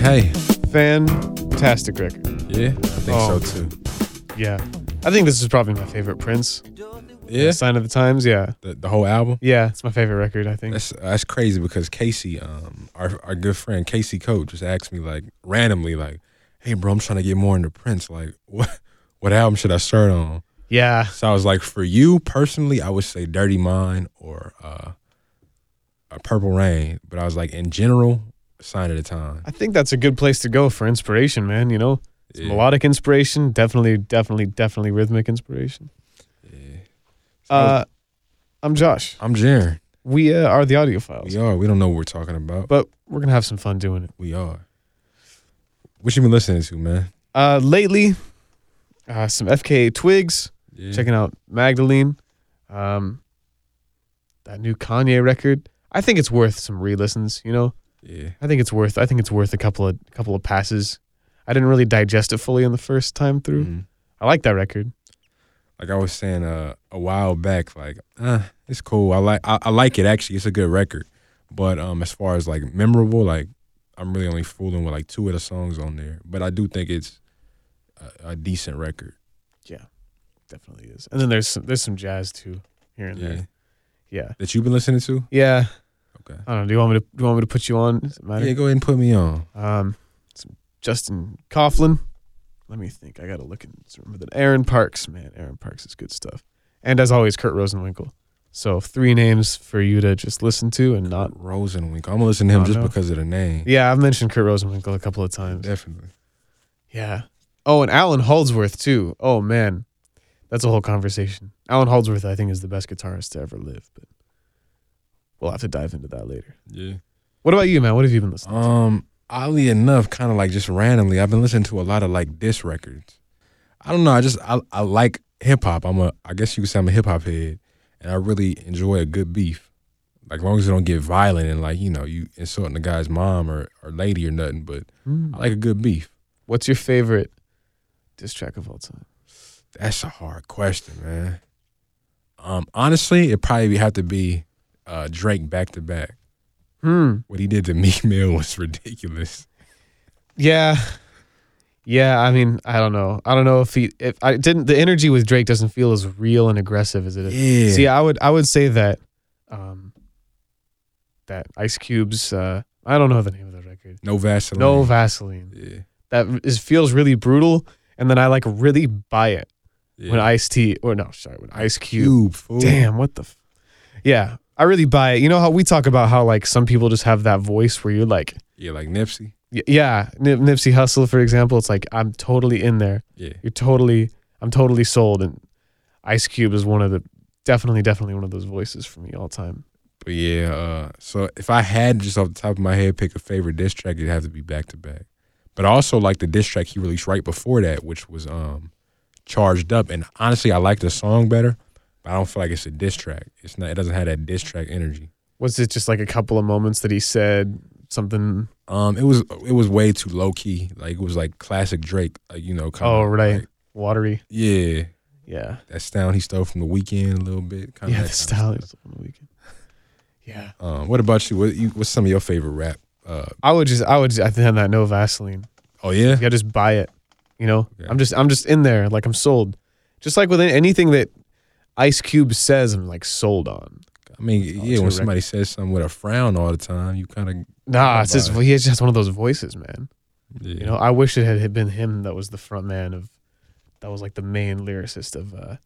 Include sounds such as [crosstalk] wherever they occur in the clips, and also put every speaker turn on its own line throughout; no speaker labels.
Hey.
Fantastic record.
Yeah, I think
Oh.
so too.
Yeah. I think this is probably my favorite Prince.
Yeah.
Sign of the Times. Yeah.
The, the whole album.
Yeah. It's my favorite record, I think.
That's that's crazy because Casey, um, our our good friend Casey Coach just asked me like randomly like, "Hey, bro, I'm trying to get more into Prince. Like, [laughs] what what album should I start on?"
Yeah.
So I was like, for you personally, I would say Dirty Mind or uh, a Purple Rain. But I was like, in general, Sign of the Time.
I think that's a good place to go for inspiration, man. You know, It's
Yeah.
melodic inspiration, definitely, definitely, definitely rhythmic inspiration. Uh, I'm Josh.
I'm Jaren.
We uh, are the audiophiles,
We are. We don't know what we're talking about. But
but we're going to have some fun doing it.
we are. What you been listening to, man?
Uh, lately, uh, some FKA Twigs,
Yeah.
checking out Magdalene, um, that new Kanye record. I think it's worth some re-listens, you know?
Yeah.
I think it's worth. I think it's worth a couple of couple of passes. I didn't really digest it fully in the first time through.
Mhm.
I like that record.
Like I was saying uh, a while back, like uh, it's cool. I like I, I like it actually. It's a good record. But um, as far as like memorable, like I'm really only fooling with like two of the songs on there. But I do think it's a, a decent record.
Definitely is. And then there's some, there's some jazz too here and
Yeah.
there. Yeah.
That you've been listening to?
Yeah.
Okay.
I don't know. Do you want me to do you want me to put you on? Does it matter?
Yeah, go ahead and put me on.
Um, some Justin Coughlin. Let me think. I gotta look and remember that. Aaron Parks, man, Aaron Parks is good stuff. And as always, Kurt Rosenwinkel. So three names for you to just listen to and not.
Rosenwinkel. I'm gonna listen to him
Oh,
just
no.
because of the name.
Yeah, I've mentioned Kurt Rosenwinkel a couple of times.
Definitely.
Yeah. Oh, and Alan Holdsworth too. Oh man, that's a whole conversation. Alan Holdsworth, I think, is the best guitarist to ever live. But we'll have to dive into that later.
Yeah.
What about you, man? What have you been listening? to?
Um, oddly enough, kind of like just randomly, I've been listening to a lot of like diss records. I don't know. I just I, I like hip hop. I'm a I guess you could say I'm a hip hop head, and I really enjoy a good beef. Like as long as it don't get violent and like you know you insulting the guy's mom or or lady or nothing. But
Hmm.
I like a good beef.
What's your favorite diss track of all time?
That's a hard question, man. Um, honestly, it probably would have to be uh Drake back to back.
Hmm.
what he did to [laughs] Meek Mill was ridiculous.
Yeah. Yeah, I mean, I don't know. I don't know if he if I didn't the energy with Drake doesn't feel as real and aggressive as it is.
Yeah.
See, I would I would say that um that Ice Cube's uh I don't know the name of the record.
no Vaseline.
No Vaseline.
yeah.
That is feels really brutal and then I like really buy it
yeah.
when Ice T or no, sorry, when Ice Cube
cube, fool.
Damn, what the? F- yeah, I really buy it. You know how we talk about how like some people just have that voice where you're like,
Yeah, like Nipsey.
y- yeah, Nip- Nipsey Hussle, for example. It's like I'm totally in there.
Yeah.
You're totally, I'm totally sold. And Ice Cube is one of the definitely, definitely one of those voices for me all time.
But yeah, uh, so if I had just off the top of my head pick a favorite diss track, it'd have to be back to back. But I also like the diss track he released right before that, which was um Charged Up. And honestly, I like the song better, but I don't feel like it's a diss track. It's not it doesn't have that diss track energy.
Was it just like a couple of moments that he said something?
Um, it was it was way too low key. Like it was like classic Drake, like, you know, kind
Oh,
of
right, watery.
yeah.
Yeah,
that sound he stole from the weekend a little bit. Kind
yeah,
of
the style is on the weekend. Yeah,
Um, what about you? What you, what's some of your favorite rap? Uh,
I would just, I would, just, I think on that no Vaseline.
oh yeah,
Yeah, just buy it. You know,
Okay.
I'm just I'm just in there, like I'm sold. Just like with any- anything that Ice Cube says, I'm like sold on.
I mean
Oh,
yeah,
two
when somebody says something with a frown all the time, you kind of
Nah, it's
buy
just
it.
he has just one of those voices, man.
yeah.
You know, I wish it had been him that was the front man of that was like the main lyricist of uh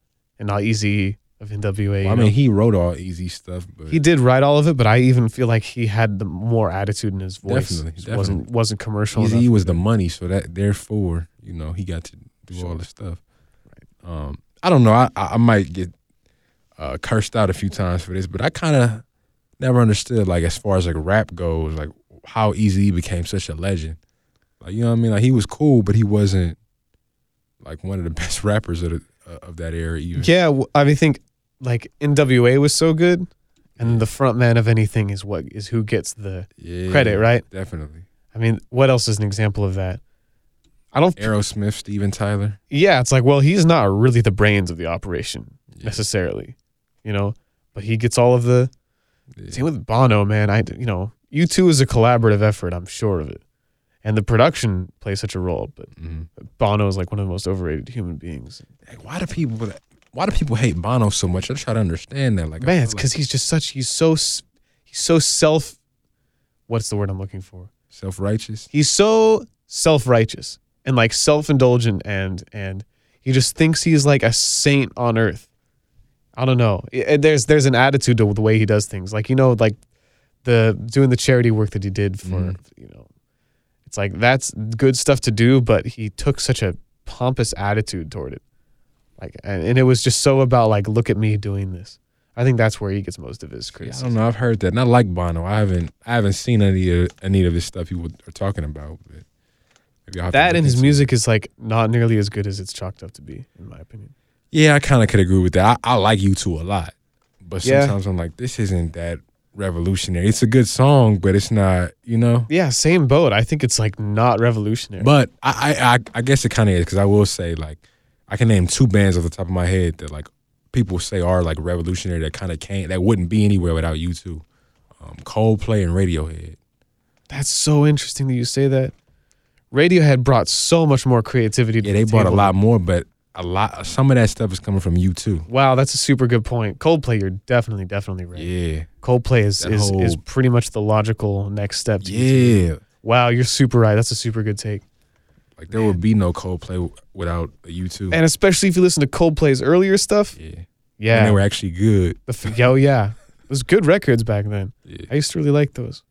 and not easy of NWA.
Well, I
you
mean
know?
he wrote all easy stuff, but
he did write all of it, but I even feel like he had the more attitude in his voice.
Definitely, E
Just wasn't wasn't commercial.
Easy
enough.
was the money, so that therefore you know he got to do all the stuff. Um, I don't know. I I I might get uh, cursed out a few times for this, but I kind of never understood like as far as like rap goes, like how Easy became such a legend. Like you know what I mean? Like he was cool, but he wasn't like one of the [laughs] best rappers of the, uh, of that era. Even
Yeah, w- I mean, think like NWA was so good, and the front man of anything is what is who gets the
Yeah,
credit, right?
Definitely.
I mean, what else is an example of that? I don't.
Aerosmith, Steven Tyler.
Yeah, it's like, well, he's not really the brains of the operation
Yeah.
necessarily, you know, but he gets all of the.
Yeah.
Same with Bono, man. I, you know, U two is a collaborative effort. I'm sure of it. and the production plays such a role. But
hmm
Bono is like one of the most overrated human beings.
Like, why do people? Why do people hate Bono so much? I try to understand that. Like, I
Man, it's
feel like
because he's just such he's so s- he's so self. What's the word I'm looking for?
self-righteous.
He's so self righteous and like self indulgent and and he just thinks he's like a saint on earth. I don't know. I- I- there's there's an attitude to the way he does things. Like you know, like the doing the charity work that he did for
Mhm.
you know, it's like that's good stuff to do, but he took such a pompous attitude toward it. Like and, and it was just so about like look at me doing this. I think that's where he gets most of his
I
criticism.
don't know. I've heard that, and I like Bono. I haven't. I haven't seen any of any of his stuff you are talking about. But maybe I'll have to
That
look
and his
into it.
music is like not nearly as good as it's chalked up to be, in my opinion.
Yeah, I kind of could agree with that. I, I like you two a lot, but
Yeah.
sometimes I'm like, this isn't that revolutionary. It's a good song, but it's not. You know.
Yeah, same boat. I think it's like not revolutionary.
But I I, I, I guess it kind of is because I will say like I can name two bands off the top of my head that like people say are like revolutionary that kind of can't that wouldn't be anywhere without you two, um, Coldplay and Radiohead.
That's so interesting that you say that. Radiohead brought so much more creativity. To
Yeah, they
the
bought a
table.
lot more, but a lot some of that stuff is coming from you two.
Wow, that's a super good point. Coldplay, you're definitely, definitely right.
Yeah,
Coldplay is
That
is, is
whole-
pretty much the logical next step. to YouTube.
yeah.
Wow, you're super right. That's a super good take.
Like there would be no Coldplay w- without a you two.
And especially if you listen to Coldplay's earlier stuff.
Yeah, and they
Yeah.
were actually good.
The f- yo, yeah. Those good records back then.
Yeah.
I used to really like those.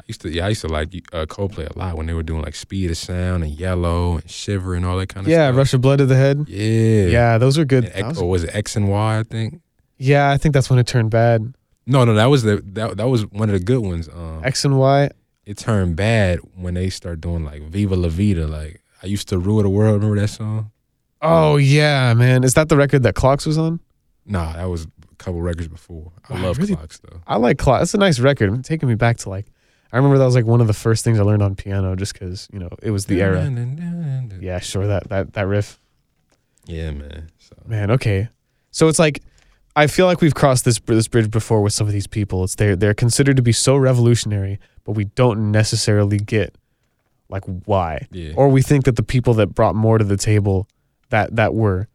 I used to yeah I used to like uh, Coldplay a lot when they were doing like Speed of Sound and Yellow and Shiver and all that kind of
Yeah,
stuff.
Rush of Blood to the Head.
Yeah, yeah.
Yeah, those were good.
and X,
that was-
or was it X and Y? I think.
yeah, I think that's when it turned bad.
No, no, that was the that that was one of the good ones. Um,
X and Y.
it turned bad when they start doing like "Viva La Vida." Like I used to rule the world. Remember that song?
Oh yeah, man! Is that the record that Clocks was on?
Nah, that was a couple records before. I
Wow,
love
really?
clocks though.
I like Clocks. That's a nice record. It's taking me back to like, I remember that was like one of the first things I learned on piano, just because you know it was the era.
Yeah,
Yeah, sure. That that that riff,
man. So
man. Okay, so it's like, I feel like we've crossed this this bridge before with some of these people. It's they're they're considered to be so revolutionary, but we don't necessarily get like why,
yeah,
or we think that the people that brought more to the table that that were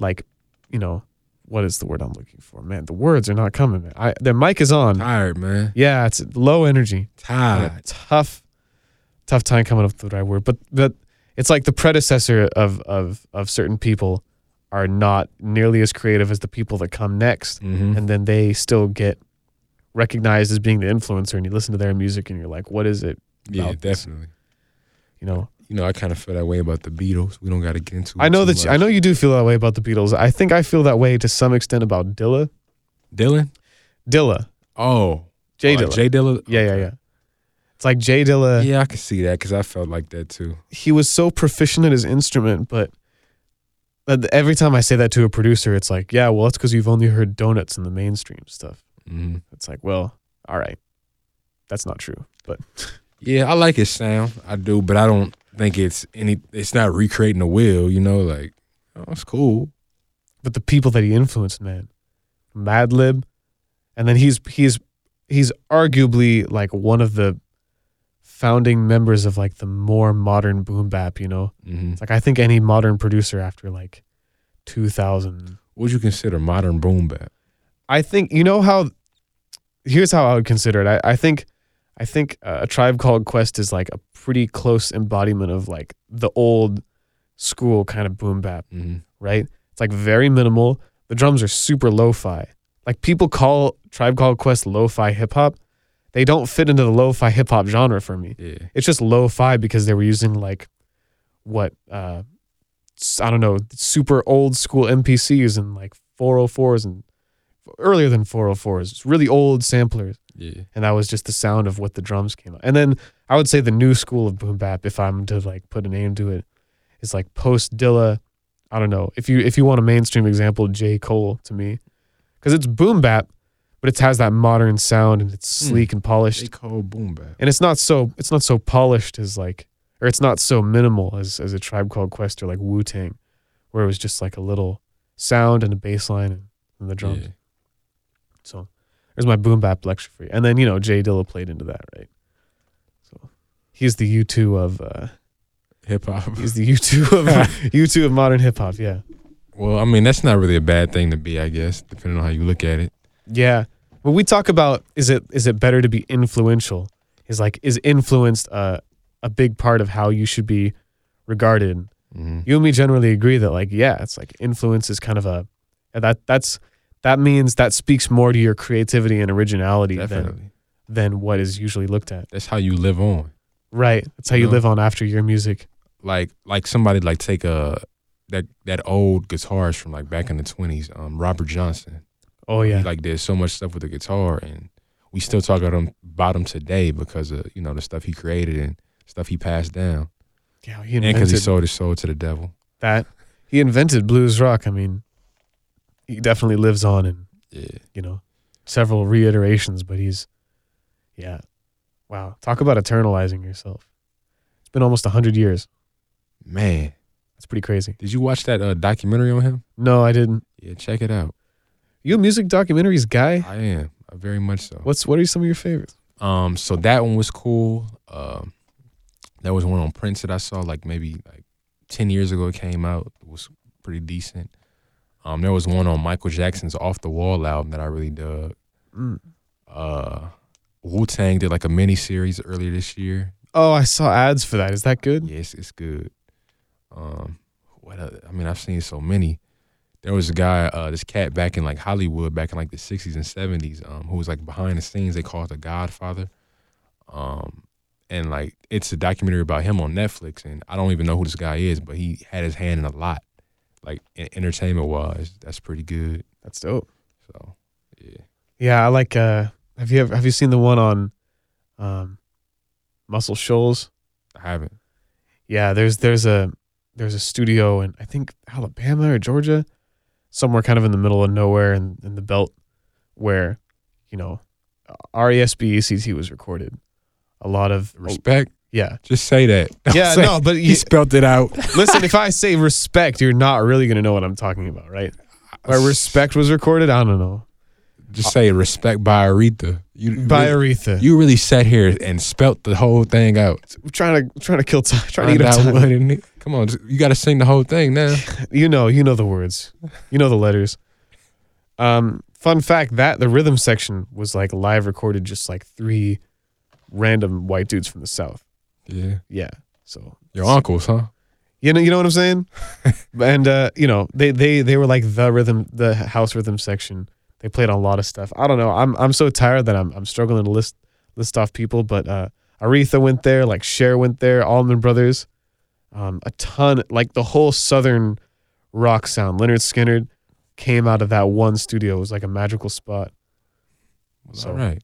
like, you know, what is the word I'm looking for? Man, the words are not coming. Man. I their mic is on.
tired man.
Yeah, it's low energy.
Tired.
And a tough, tough time coming up with the right word. But but it's like the predecessor of of of certain people are not nearly as creative as the people that come next,
Mm-hmm.
and then they still get recognized as being the influencer. And you listen to their music, and you're like, what is it?
Yeah,
about this.
definitely.
You know,
You know, I kind of feel that way about the Beatles. We don't got to get into. It
I know
too
that you, I
much.
know you do feel that way about the Beatles. I think I feel that way to some extent about Dilla,
Dylan.
Dilla,
Oh,
Jay
oh,
Dilla.
Jay Dilla.
yeah, yeah,
Okay.
yeah. It's like Jay Dilla.
Yeah, I can see that because I felt like that too.
he was so proficient at his instrument, but but every time I say that to a producer, it's like, yeah, well, that's because you've only heard donuts in the mainstream stuff.
Mhm.
It's like, well, all right, that's not true. But
Yeah, I like his sound. I do, but I don't think it's any. It's not recreating the wheel, you know. Like, oh, it's cool.
but the people that he influenced, man, Madlib, and then he's he's he's arguably like one of the founding members of like the more modern boom bap. You know,
Mm-hmm.
it's like I think any modern producer after like two thousand
What you consider modern boom bap?
I think you know how. Here's how I would consider it. I, I think, I think uh, a tribe called Quest is like a pretty close embodiment of like the old school kind of boom bap,
Mm-hmm.
right? It's like very minimal. The drums are super lo-fi. Like people call Tribe Called Quest lo-fi hip hop. They don't fit into the lo-fi hip hop genre for me.
Yeah,
It's just lo-fi because they were using like what uh s- I don't know, super old school MPCs and like 404s and earlier than 404s, just really old samplers.
yeah.
And that was just the sound of what the drums came out. And then I would say the new school of boom bap, if I'm to like put a name to it, is like post Dilla. I don't know. If you if you want a mainstream example, J. Cole to me. Because it's boom bap, but it has that modern sound and it's
Hmm.
sleek and polished
They call boom bap.
and it's not so it's not so polished as like or it's not so minimal as as a tribe called quest or like Wu Tang, where it was just like a little sound and a bass line and, and the drums.
Yeah.
So there's my boom bap lecture for you. And then you know Jay Dilla played into that, right? So He's the U2 of uh,
Hip hop.
he's the [laughs] U2 of U2 of modern hip hop. Yeah,
Well, I mean, that's not really a bad thing to be, I guess, depending on how you look at it.
yeah. When we talk about is it is it better to be influential? Is like is influenced uh, a big part of how you should be regarded?
hmm
you and me generally agree that like yeah it's like influence is kind of a that that's that means that speaks more to your creativity and originality than,
Definitely.
than what is usually looked at
That's how you live on.
right that's how you
Yeah.
live on after your music
Like, like somebody like take a that that old guitarist from like back in the twenties, um, Robert Johnson.
oh
He
yeah
like did so much stuff with the guitar, and we still talk about him about him today because of you know the stuff he created and stuff he passed down,
yeah he
and because
invented
he sold his soul to the devil.
that he invented blues rock i mean he definitely lives on in
Yeah,
you know several reiterations but he's yeah wow talk about eternalizing yourself it's been almost 100 years
man.
that's pretty crazy
Did you watch that uh, documentary on him?
no i didn't
Yeah, check it out.
you a music documentaries guy
I am I very much so.
What's what are some of your favorites?
Um, so that one was cool. Um, that was one on Prince that I saw like maybe like ten years ago. It came out it was pretty decent. Um, there was one on Michael Jackson's Off the Wall album that I really dug.
Mm.
Uh, Wu Tang did like a mini series earlier this year.
Oh, I saw ads for that. Is that good?
Yes, it's good. Um, what other, I mean, I've seen so many. There was a guy, uh, this cat back in like Hollywood, back in like the '60s and '70s, um, who was like behind the scenes. They called the Godfather. Um, and like it's a documentary about him on Netflix, and I don't even know who this guy is, but he had his hand in a lot, like in entertainment wise. That's pretty good.
That's dope.
So, yeah,
Yeah, I like. uh Have you ever have you seen the one on, um, Muscle Shoals?
I haven't.
Yeah, there's there's a there's a studio in I think Alabama or Georgia, somewhere kind of in the middle of nowhere in, in the belt, where, you know, R E S B E C T was recorded. A lot of
Respect.
yeah
Just say that.
Oh.
[laughs]
[laughs] yeah
Say-
no, [laughs] but
He
you,
spelt it out.
listen, [laughs] if I say respect, you're not really gonna know what I'm talking about, right? Where respect was recorded, I don't know.
Just say respect by Aretha. You
by
really-
Aretha.
You really sat here and spelt the whole thing out.
We're trying to trying to kill time, trying to eat
Find
up
out
time.
what it ne- Come on, just- you got to sing the whole thing now.
You know, you know the words, you know the letters. Um, fun fact that the rhythm section was like live recorded, just like three random white dudes from the south.
Yeah,
Yeah, so
your uncles, huh?
you know, you know what
[laughs]
I'm saying. and uh, you know, they they they were like the rhythm, the house rhythm section. They played on a lot of stuff. I don't know. I'm I'm so tired that I'm I'm struggling to list list off people, but uh, Aretha went there, like Cher went there, Allman Brothers, um, a ton, like the whole southern rock sound. Leonard Skinner came out of that one studio. It was like a magical spot. So-
All right.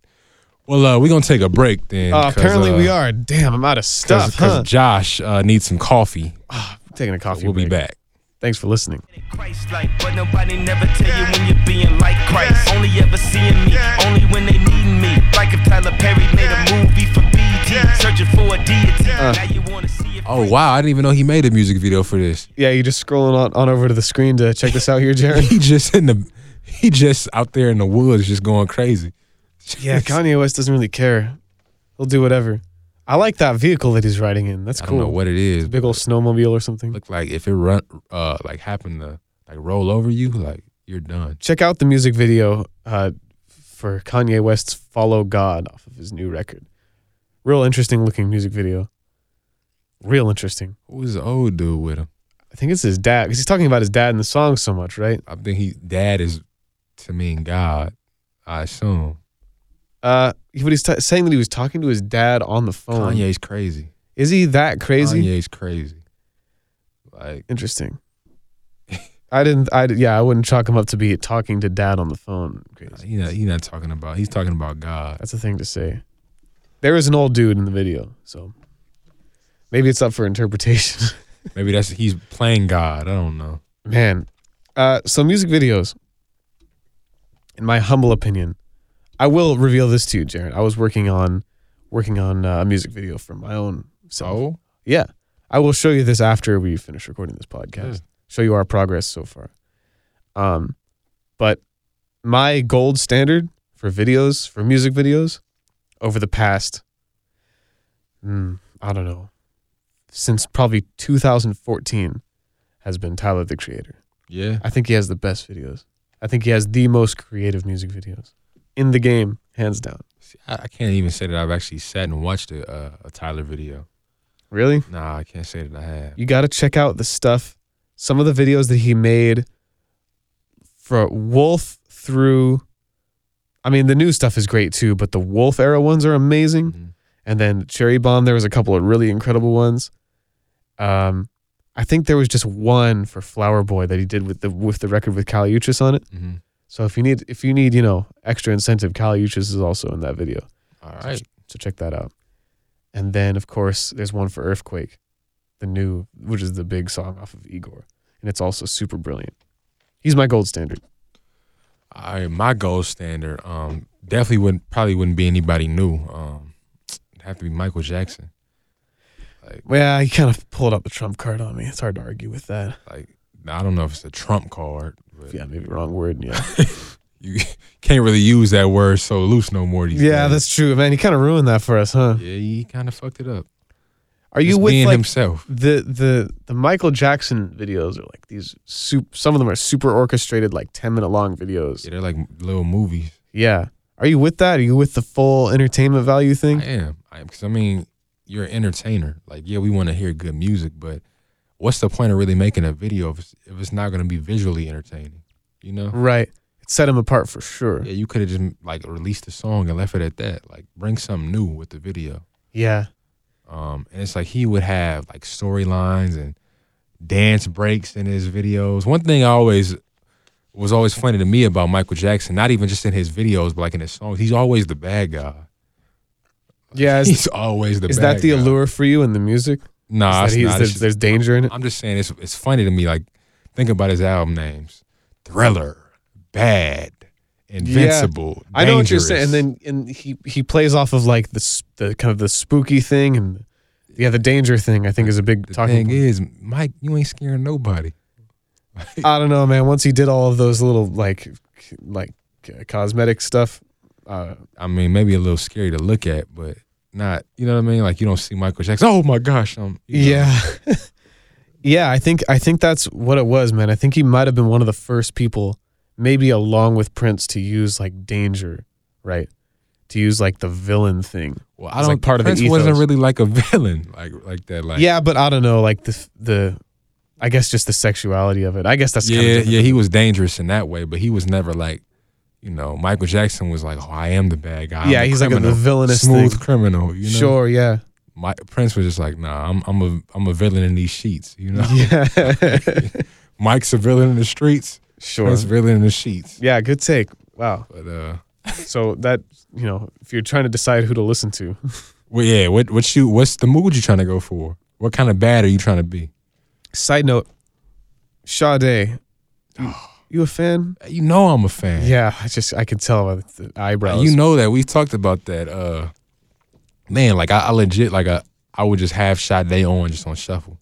Well, uh, we're gonna take a break then.
Uh,
'cause,
apparently we
uh,
are. Damn, I'm out of
'cause-
stuff.
'cause
huh?
Josh uh, needs some coffee.
Ah, taking a coffee.
We'll be
break.
back.
Thanks for listening.
Christ-like, but nobody never tell you when you're being like Christ. Only ever seeing me, only when they needing me. Like if Tyler Perry made a movie for BT, searching for a deity. Now you wanna see it.
Oh wow, I didn't even know he made a music video for this. [laughs]
Yeah, you just scrolling on, on over to the screen to check this out here, Jared.
He just in the, he just out there in the woods, just going crazy. [laughs]
Yeah, Kanye West doesn't really care. He'll do whatever. I like that vehicle that he's riding in. That's
I
cool.
don't know what it is.
Big old snowmobile or something.
Look like if it run, uh, like happened to like roll over you, like you're done.
Check out the music video uh, for Kanye West's "Follow God" off of his new record. Real interesting looking music video. Real interesting.
Who's the old dude with him?
I think it's his dad because he's talking about his dad in the song so much, right?
I think he dad is to mean God. I assume
Uh, he- but he's t- saying that he was talking to his dad on the phone.
Kanye's crazy.
Oh. Is he that crazy?
Kanye's crazy. Like
Interesting. I didn't. I yeah. I wouldn't chalk him up to be talking to dad on the phone. Crazy.
he's not, he not talking about. He's talking about God.
That's a thing to say. There is an old dude in the video, so maybe it's up for interpretation. [laughs]
Maybe that's he's playing God. I don't know.
Man, uh, so music videos, in my humble opinion, I will reveal this to you, Jared. I was working on working on uh, a music video for my own. So
So
yeah, I will show you this after we finish recording this podcast.
Yeah.
Show you our progress so far. Um, but my gold standard for videos, for music videos, over the past, mm, I don't know, since probably 2014 has been Tyler the Creator.
Yeah.
I think he has the best videos. I think he has the most creative music videos in the game, hands down.
See, I, I can't even say that I've actually sat and watched a, uh, a Tyler video.
Really?
Nah, I can't say that I have.
You got to check out the stuff, some of the videos that he made for Wolf through. I mean, the new stuff is great too, but the Wolf era ones are amazing.
Mhm.
And then Cherry Bomb, there was a couple of really incredible ones. Um, I think there was just one for Flower Boy that he did with the with the record with Kali Uchis on it.
Mhm.
So if you need if you need you know extra incentive, Kali Uchis is also in that video.
All
So
right.
ch- So check that out. And then, of course, there's one for Earthquake, the new, which is the big song off of Igor. And it's also super brilliant. He's my gold standard.
All right, my gold standard um, definitely wouldn't probably wouldn't be anybody new. Um, it'd have to be Michael Jackson.
Well, he kind of pulled out the trump card on me. It's hard to argue with that.
Like I don't know if it's a trump card, but
Yeah, maybe wrong word. Yeah. [laughs]
you can't really use that word so loose no more these
yeah,
days.
that's true, man. He kind of ruined that for us, huh?
yeah, he kind of fucked it up.
Are you
Just
with
being
like
himself?
the the the Michael Jackson videos are like these soup some of them are super orchestrated like 10 minute long videos.
Yeah, they're like little movies.
Yeah. Are you with that? Are you with the full entertainment value thing?
I am. I am. Because, I mean, you're an entertainer. Like, yeah, we want to hear good music, but what's the point of really making a video if it's, if it's not going to be visually entertaining? You know?
Right. It set him apart for sure.
Yeah, you could have just, like, released a song and left it at that. Like, bring something new with the video.
Yeah.
Um, and it's like he would have, like, storylines and dance breaks in his videos. One thing I always was always funny to me about Michael Jackson, not even just in his videos, but like in his songs, he's always the bad guy. [laughs]
Yeah. Is,
He's always the
is
bad
that the
guy.
allure for you in the music?
Nah, it's
is that he's-
not. It's
there's,
just-
there's danger in it?
I'm just saying it's it's funny to me. Like, think about his album names: Thriller, Bad, Invincible.
I know what you're saying.
Dangerous.
And then and he, he plays off of like the, s- the kind of the spooky thing and yeah, the danger thing, I think is a big
the
talking
thing
point.
is, Mike, you ain't scaring nobody.
I don't know, man. Once he did all of those little like c- like uh, cosmetic stuff, uh,
I mean, maybe a little scary to look at, but not. You know what I mean? Like, you don't see Michael Jackson. Oh my gosh, um, you know,
Yeah. [laughs] yeah, I think I think that's what it was, man. I think he might have been one of the first people, maybe along with Prince, to use like danger, right? To use like the villain thing.
Well, I
It's
don't.
like part of the
Prince wasn't
ethos.
really like a [laughs] villain, like like that. Like,
yeah, but I don't know, like the the I guess just the sexuality of it. I guess that's
yeah,
kind of
yeah. He was dangerous in that way, but he was never like. You know, Michael Jackson was like, "Oh, I am the bad guy." I'm
Yeah,
the
he's like a- the
criminal,
villainous
smooth
thing.
criminal. You know?
Sure,
[laughs]
yeah.
my Prince was just like, nah, I'm I'm a I'm a villain in these sheets, you [laughs] know.
Yeah.
Mike's a villain in the streets.
[laughs] sure.
Prince villain in the sheets.
Yeah, good take. Wow.
But uh,
So that, you know, if you're trying to decide who to listen to,
well, yeah. What what you what's the mood you trying to go for? What kind of bad are you trying to be?
Side note, Sade, you,
[sighs]
you a fan?
You know I'm a fan.
Yeah, I just I could tell by the eyebrows.
You know that we talked about that. Uh, man, like I, I legit like I, I would just have Sade on just on shuffle.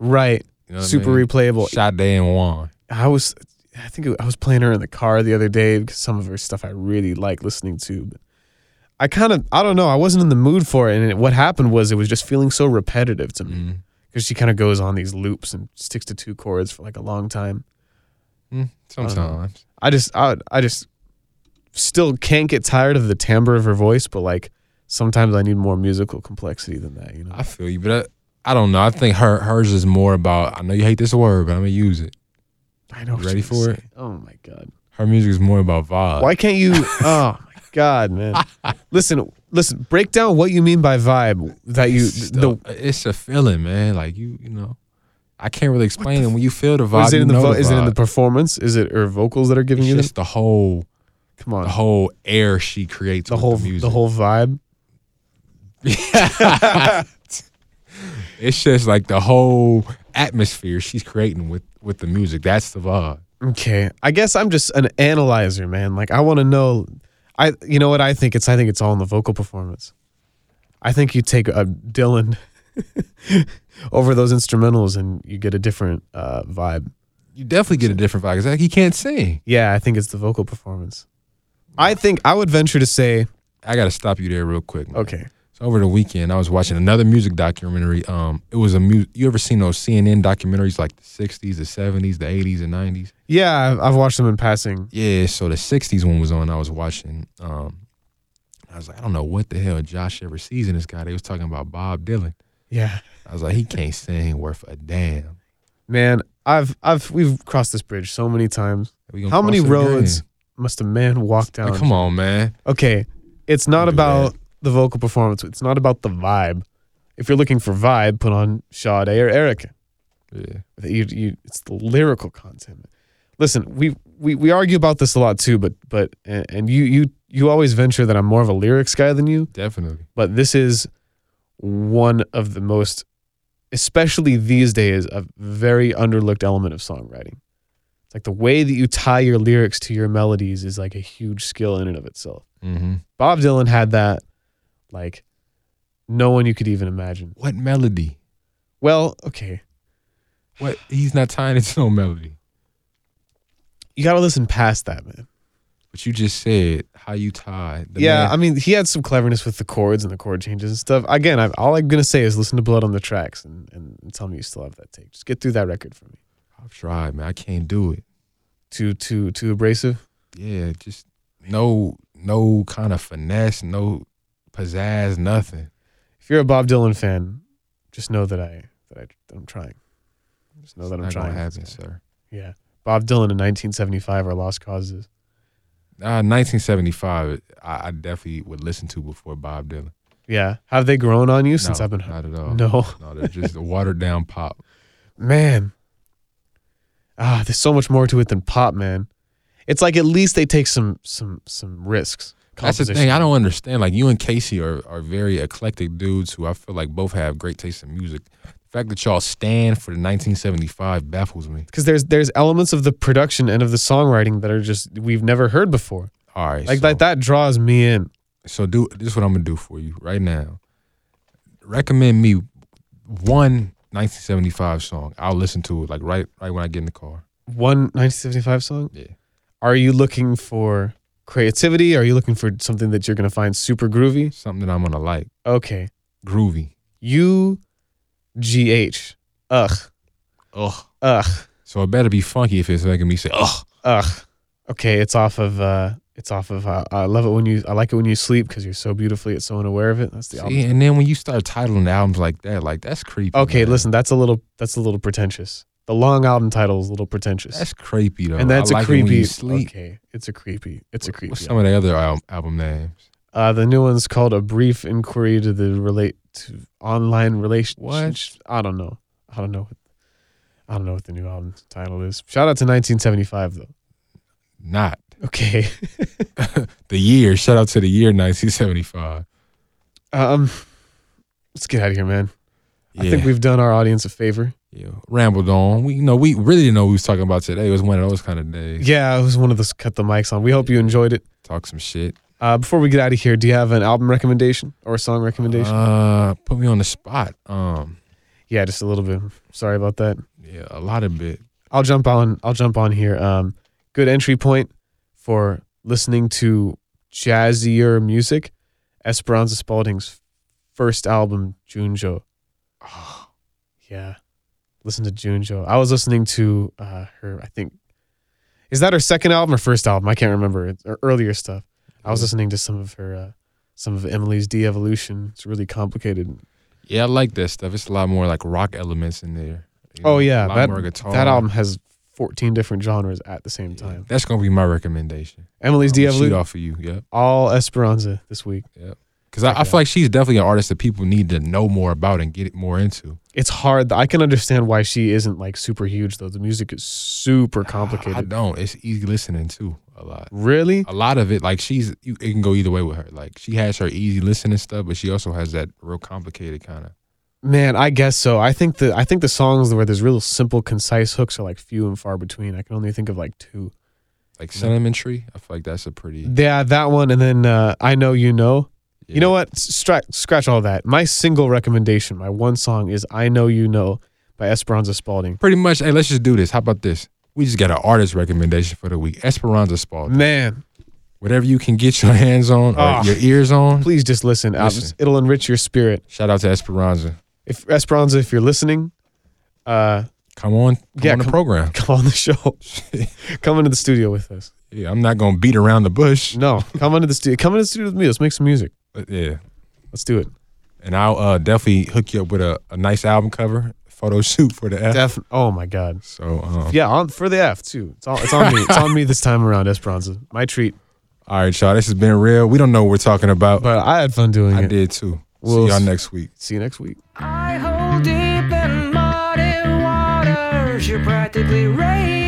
right?
You know what I
Super
mean?
replayable.
Sade and Juan.
I was, I think I was playing her in the car the other day because some of her stuff I really like listening to. But I kind of I don't know. I wasn't in the mood for it, and it, what happened was it was just feeling so repetitive to me
Mm.
because she kind of goes on these loops and sticks to two chords for like a long time.
Mm, sometimes.
I just I I just still can't get tired of the timbre of her voice, but like sometimes I need more musical complexity than that, you know.
I feel you, but uh, I, I don't know. I think her hers is more about. I know you hate this word, but I'm gonna use it.
I know. what
ready
you're
for
saying.
it?
Oh my god.
Her music is more about vibe.
Why
[laughs]
can't you? Oh my god, man. listen, listen. Break down what you mean by vibe. That you
It's,
the
the- Uh, it's a feeling, man. Like you, you know, I can't really explain it. When you feel the vibe,
is it
you
in the
know
vo-
the
is it in the
vibe.
performance? Is it her vocals that are giving
It's
you this?
just the whole,
Come
the
on,
whole air she creates.
the
with
whole
the, music.
the whole vibe.
It's just like the whole atmosphere she's creating with with the music. That's the vibe.
Okay, I guess I'm just an analyzer, man. Like I want to know. I you know what I think it's I think it's all in the vocal performance. I think you take a Dylan [laughs] over those instrumentals and you get a different uh, vibe.
You definitely get a different vibe. It's like he can't sing.
Yeah, I think it's the vocal performance. I think I would venture to say
I gotta stop you there real quick. man.
okay.
So over the weekend, I was watching another music documentary. Um, it was a mu- you ever seen those CNN documentaries like the '60s, the '70s, the '80s, and '90s?
Yeah, I've- I've watched them in passing.
Yeah. So the '60s one was on. I was watching. Um, I was like, I don't know what the hell Josh ever sees in this guy. They was talking about Bob Dylan.
Yeah,
I was like, he can't sing worth a damn.
man, I've I've we've crossed this bridge so many times.
We gonna
How
cross
many
it again.
roads must a man walk down?
Like, come on, man.
Okay, it's not
Don't do
about the vocal performance. It's not about the vibe. If you're looking for vibe, put on Sade or Erica.
Yeah.
You, you, it's the lyrical content. Listen, we, we we argue about this a lot too, but but and, and you you you always venture that I'm more of a lyrics guy than you,
Definitely.
but this is one of the most, especially these days, a very underlooked element of songwriting. It's like the way that you tie your lyrics to your melodies is like a huge skill in and of itself.
Mm-hmm.
Bob Dylan had that like no one you could even imagine.
What melody?
Well, okay.
What he's not tying it to no melody.
You gotta listen past that, man.
But you just said how you tie. The
yeah,
man-
I mean, he had some cleverness with the chords and the chord changes and stuff. Again, I, all I'm gonna say is listen to Blood on the tracks and, and tell me you still have that take. Just get through that record for me.
I've tried, man. I can't do it.
Too too too abrasive.
Yeah, just no, no kind of finesse, no pizzazz, nothing.
If you're a Bob Dylan fan, just know that I that, I, that I'm trying. Just know
It's
that I'm
not
trying.
gonna happen, sir.
Yeah, Bob Dylan in 1975 or Lost Causes.
Uh, 1975, I, I definitely would listen to before Bob Dylan.
Yeah, have they grown on you since
No,
I've been?
not at all.
No.
no, they're just a watered down pop.
man ah there's so much more to it than pop man it's like at least they take some some some risks
That's the
Composition.
thing I don't understand. Like you and Casey are are very eclectic dudes who I feel like both have great taste in music. The fact that y'all stand for the 1975 baffles me.
because there's there's elements of the production and of the songwriting that are just we've never heard before
All right,
like
so-
like that draws me in
So do this is what I'm gonna do for you right now. Recommend me one 1975 song. I'll listen to it like right right when I get in the car.
one 1975 song
Yeah.
are you looking for creativity are you looking for something that you're gonna find super groovy
Something that I'm gonna like.
okay
Groovy.
u g h ugh
Ugh.
ugh
So it better be funky if it's making me say ugh.
Ugh. Okay, it's off of uh it's off of uh, I love it when you I like it when you sleep because you're so beautifully it's so unaware of it. That's the
See,
album.
and then when you start titling albums like that, like that's creepy.
Okay,
man.
listen, that's a little that's a little pretentious. The long album title is a little pretentious.
That's creepy though.
and that's
I
a
like it when
creepy.
you sleep.
Okay, it's a creepy. It's a creepy.
What's some
album.
of the other al- album names?
Uh, the new one's called "A Brief Inquiry to the Relate to Online Relationships." I don't know. I don't know. What, I don't know what the new album title is. Shout out to 1975 though.
Not
Okay.
the year. Shout out to the year 1975.
[laughs] Um, let's get out of here, man. I
Yeah.
think we've done our audience a favor.
yeah, rambled on. We you know we really didn't know what we was talking about today. It was one of those kind of days.
Yeah, it was one of those cut the mics on. We hope you enjoyed it.
talk some shit.
Uh, before we get out of here, do you have an album recommendation or a song recommendation?
Uh, put me on the spot. Um,
yeah, just a little bit. Sorry about that.
yeah, a lot of bit.
I'll jump on. I'll jump on here. Um, good entry point for listening to jazzier music. Esperanza Spalding's first album, Junjo. Yeah, listen to Junjo. I was listening to uh, her. I think is that her second album or first album? I can't remember. It's her earlier stuff. I was listening to some of her, uh, some of Emily's de-evolution. It's really complicated.
Yeah, I like that stuff. It's a lot more like rock elements in there. You
Oh
know,
yeah,
a lot
that
more guitar.
that album has fourteen different genres at the same
Oh. Yeah,
time.
that's gonna be my recommendation.
Emily's
I'm gonna shoot
de-evolution.
off of you. Yep.
all Esperanza this week.
Because I, I
Okay.
feel like she's definitely an artist that people need to know more about and get it more into.
It's hard. I can understand why she isn't like super huge though. The music is super
Ah, I, I
complicated.
don't. It's easy listening too. A lot.
Really?
A lot of it, like she's, you, it can go either way with her. Like she has her easy listening stuff, but she also has that real complicated kind of.
Man, I guess so. I think the I think the songs where there's real simple, concise hooks are like few and far between. I can only think of like two.
Like cinnamon tree, I feel like that's a pretty.
Yeah, that one, and then uh, I know you know. You
Yeah.
Mm. know what? Stri- scratch all that. My single recommendation, my one song is "I Know You Know" by Esperanza Spalding.
pretty much. Hey, let's just do this. How about this? We just got an artist recommendation for the week. Esperanza Spalding.
Man,
whatever you can get your hands on or
Mm. Ah.
your ears on.
Please just listen. I'll-
Listen.
It'll enrich your spirit.
Shout out to Esperanza.
If Esperanza, if you're listening, uh,
Come on, come
Yeah,
on the
come-
program.
come on
[laughs]
the show. come into the studio with us.
Yeah, I'm not gonna beat around the bush.
No, come into the studio. Come into the studio with me. Let's make some music.
But yeah,
Let's do it.
and I'll uh, definitely hook you up with a, a nice album cover photo shoot for the F.
Def- oh my God.
so um,
Yeah, on for the F too. It's all, it's on me. It's on me this time around, Esperanza. My treat.
all right, y'all. This has been real. We don't know what we're talking about.
But I had fun doing
I
it.
did too.
We'll
See y'all
s-
next week.
See you next week.
I hold deep in muddy waters. You're practically rain.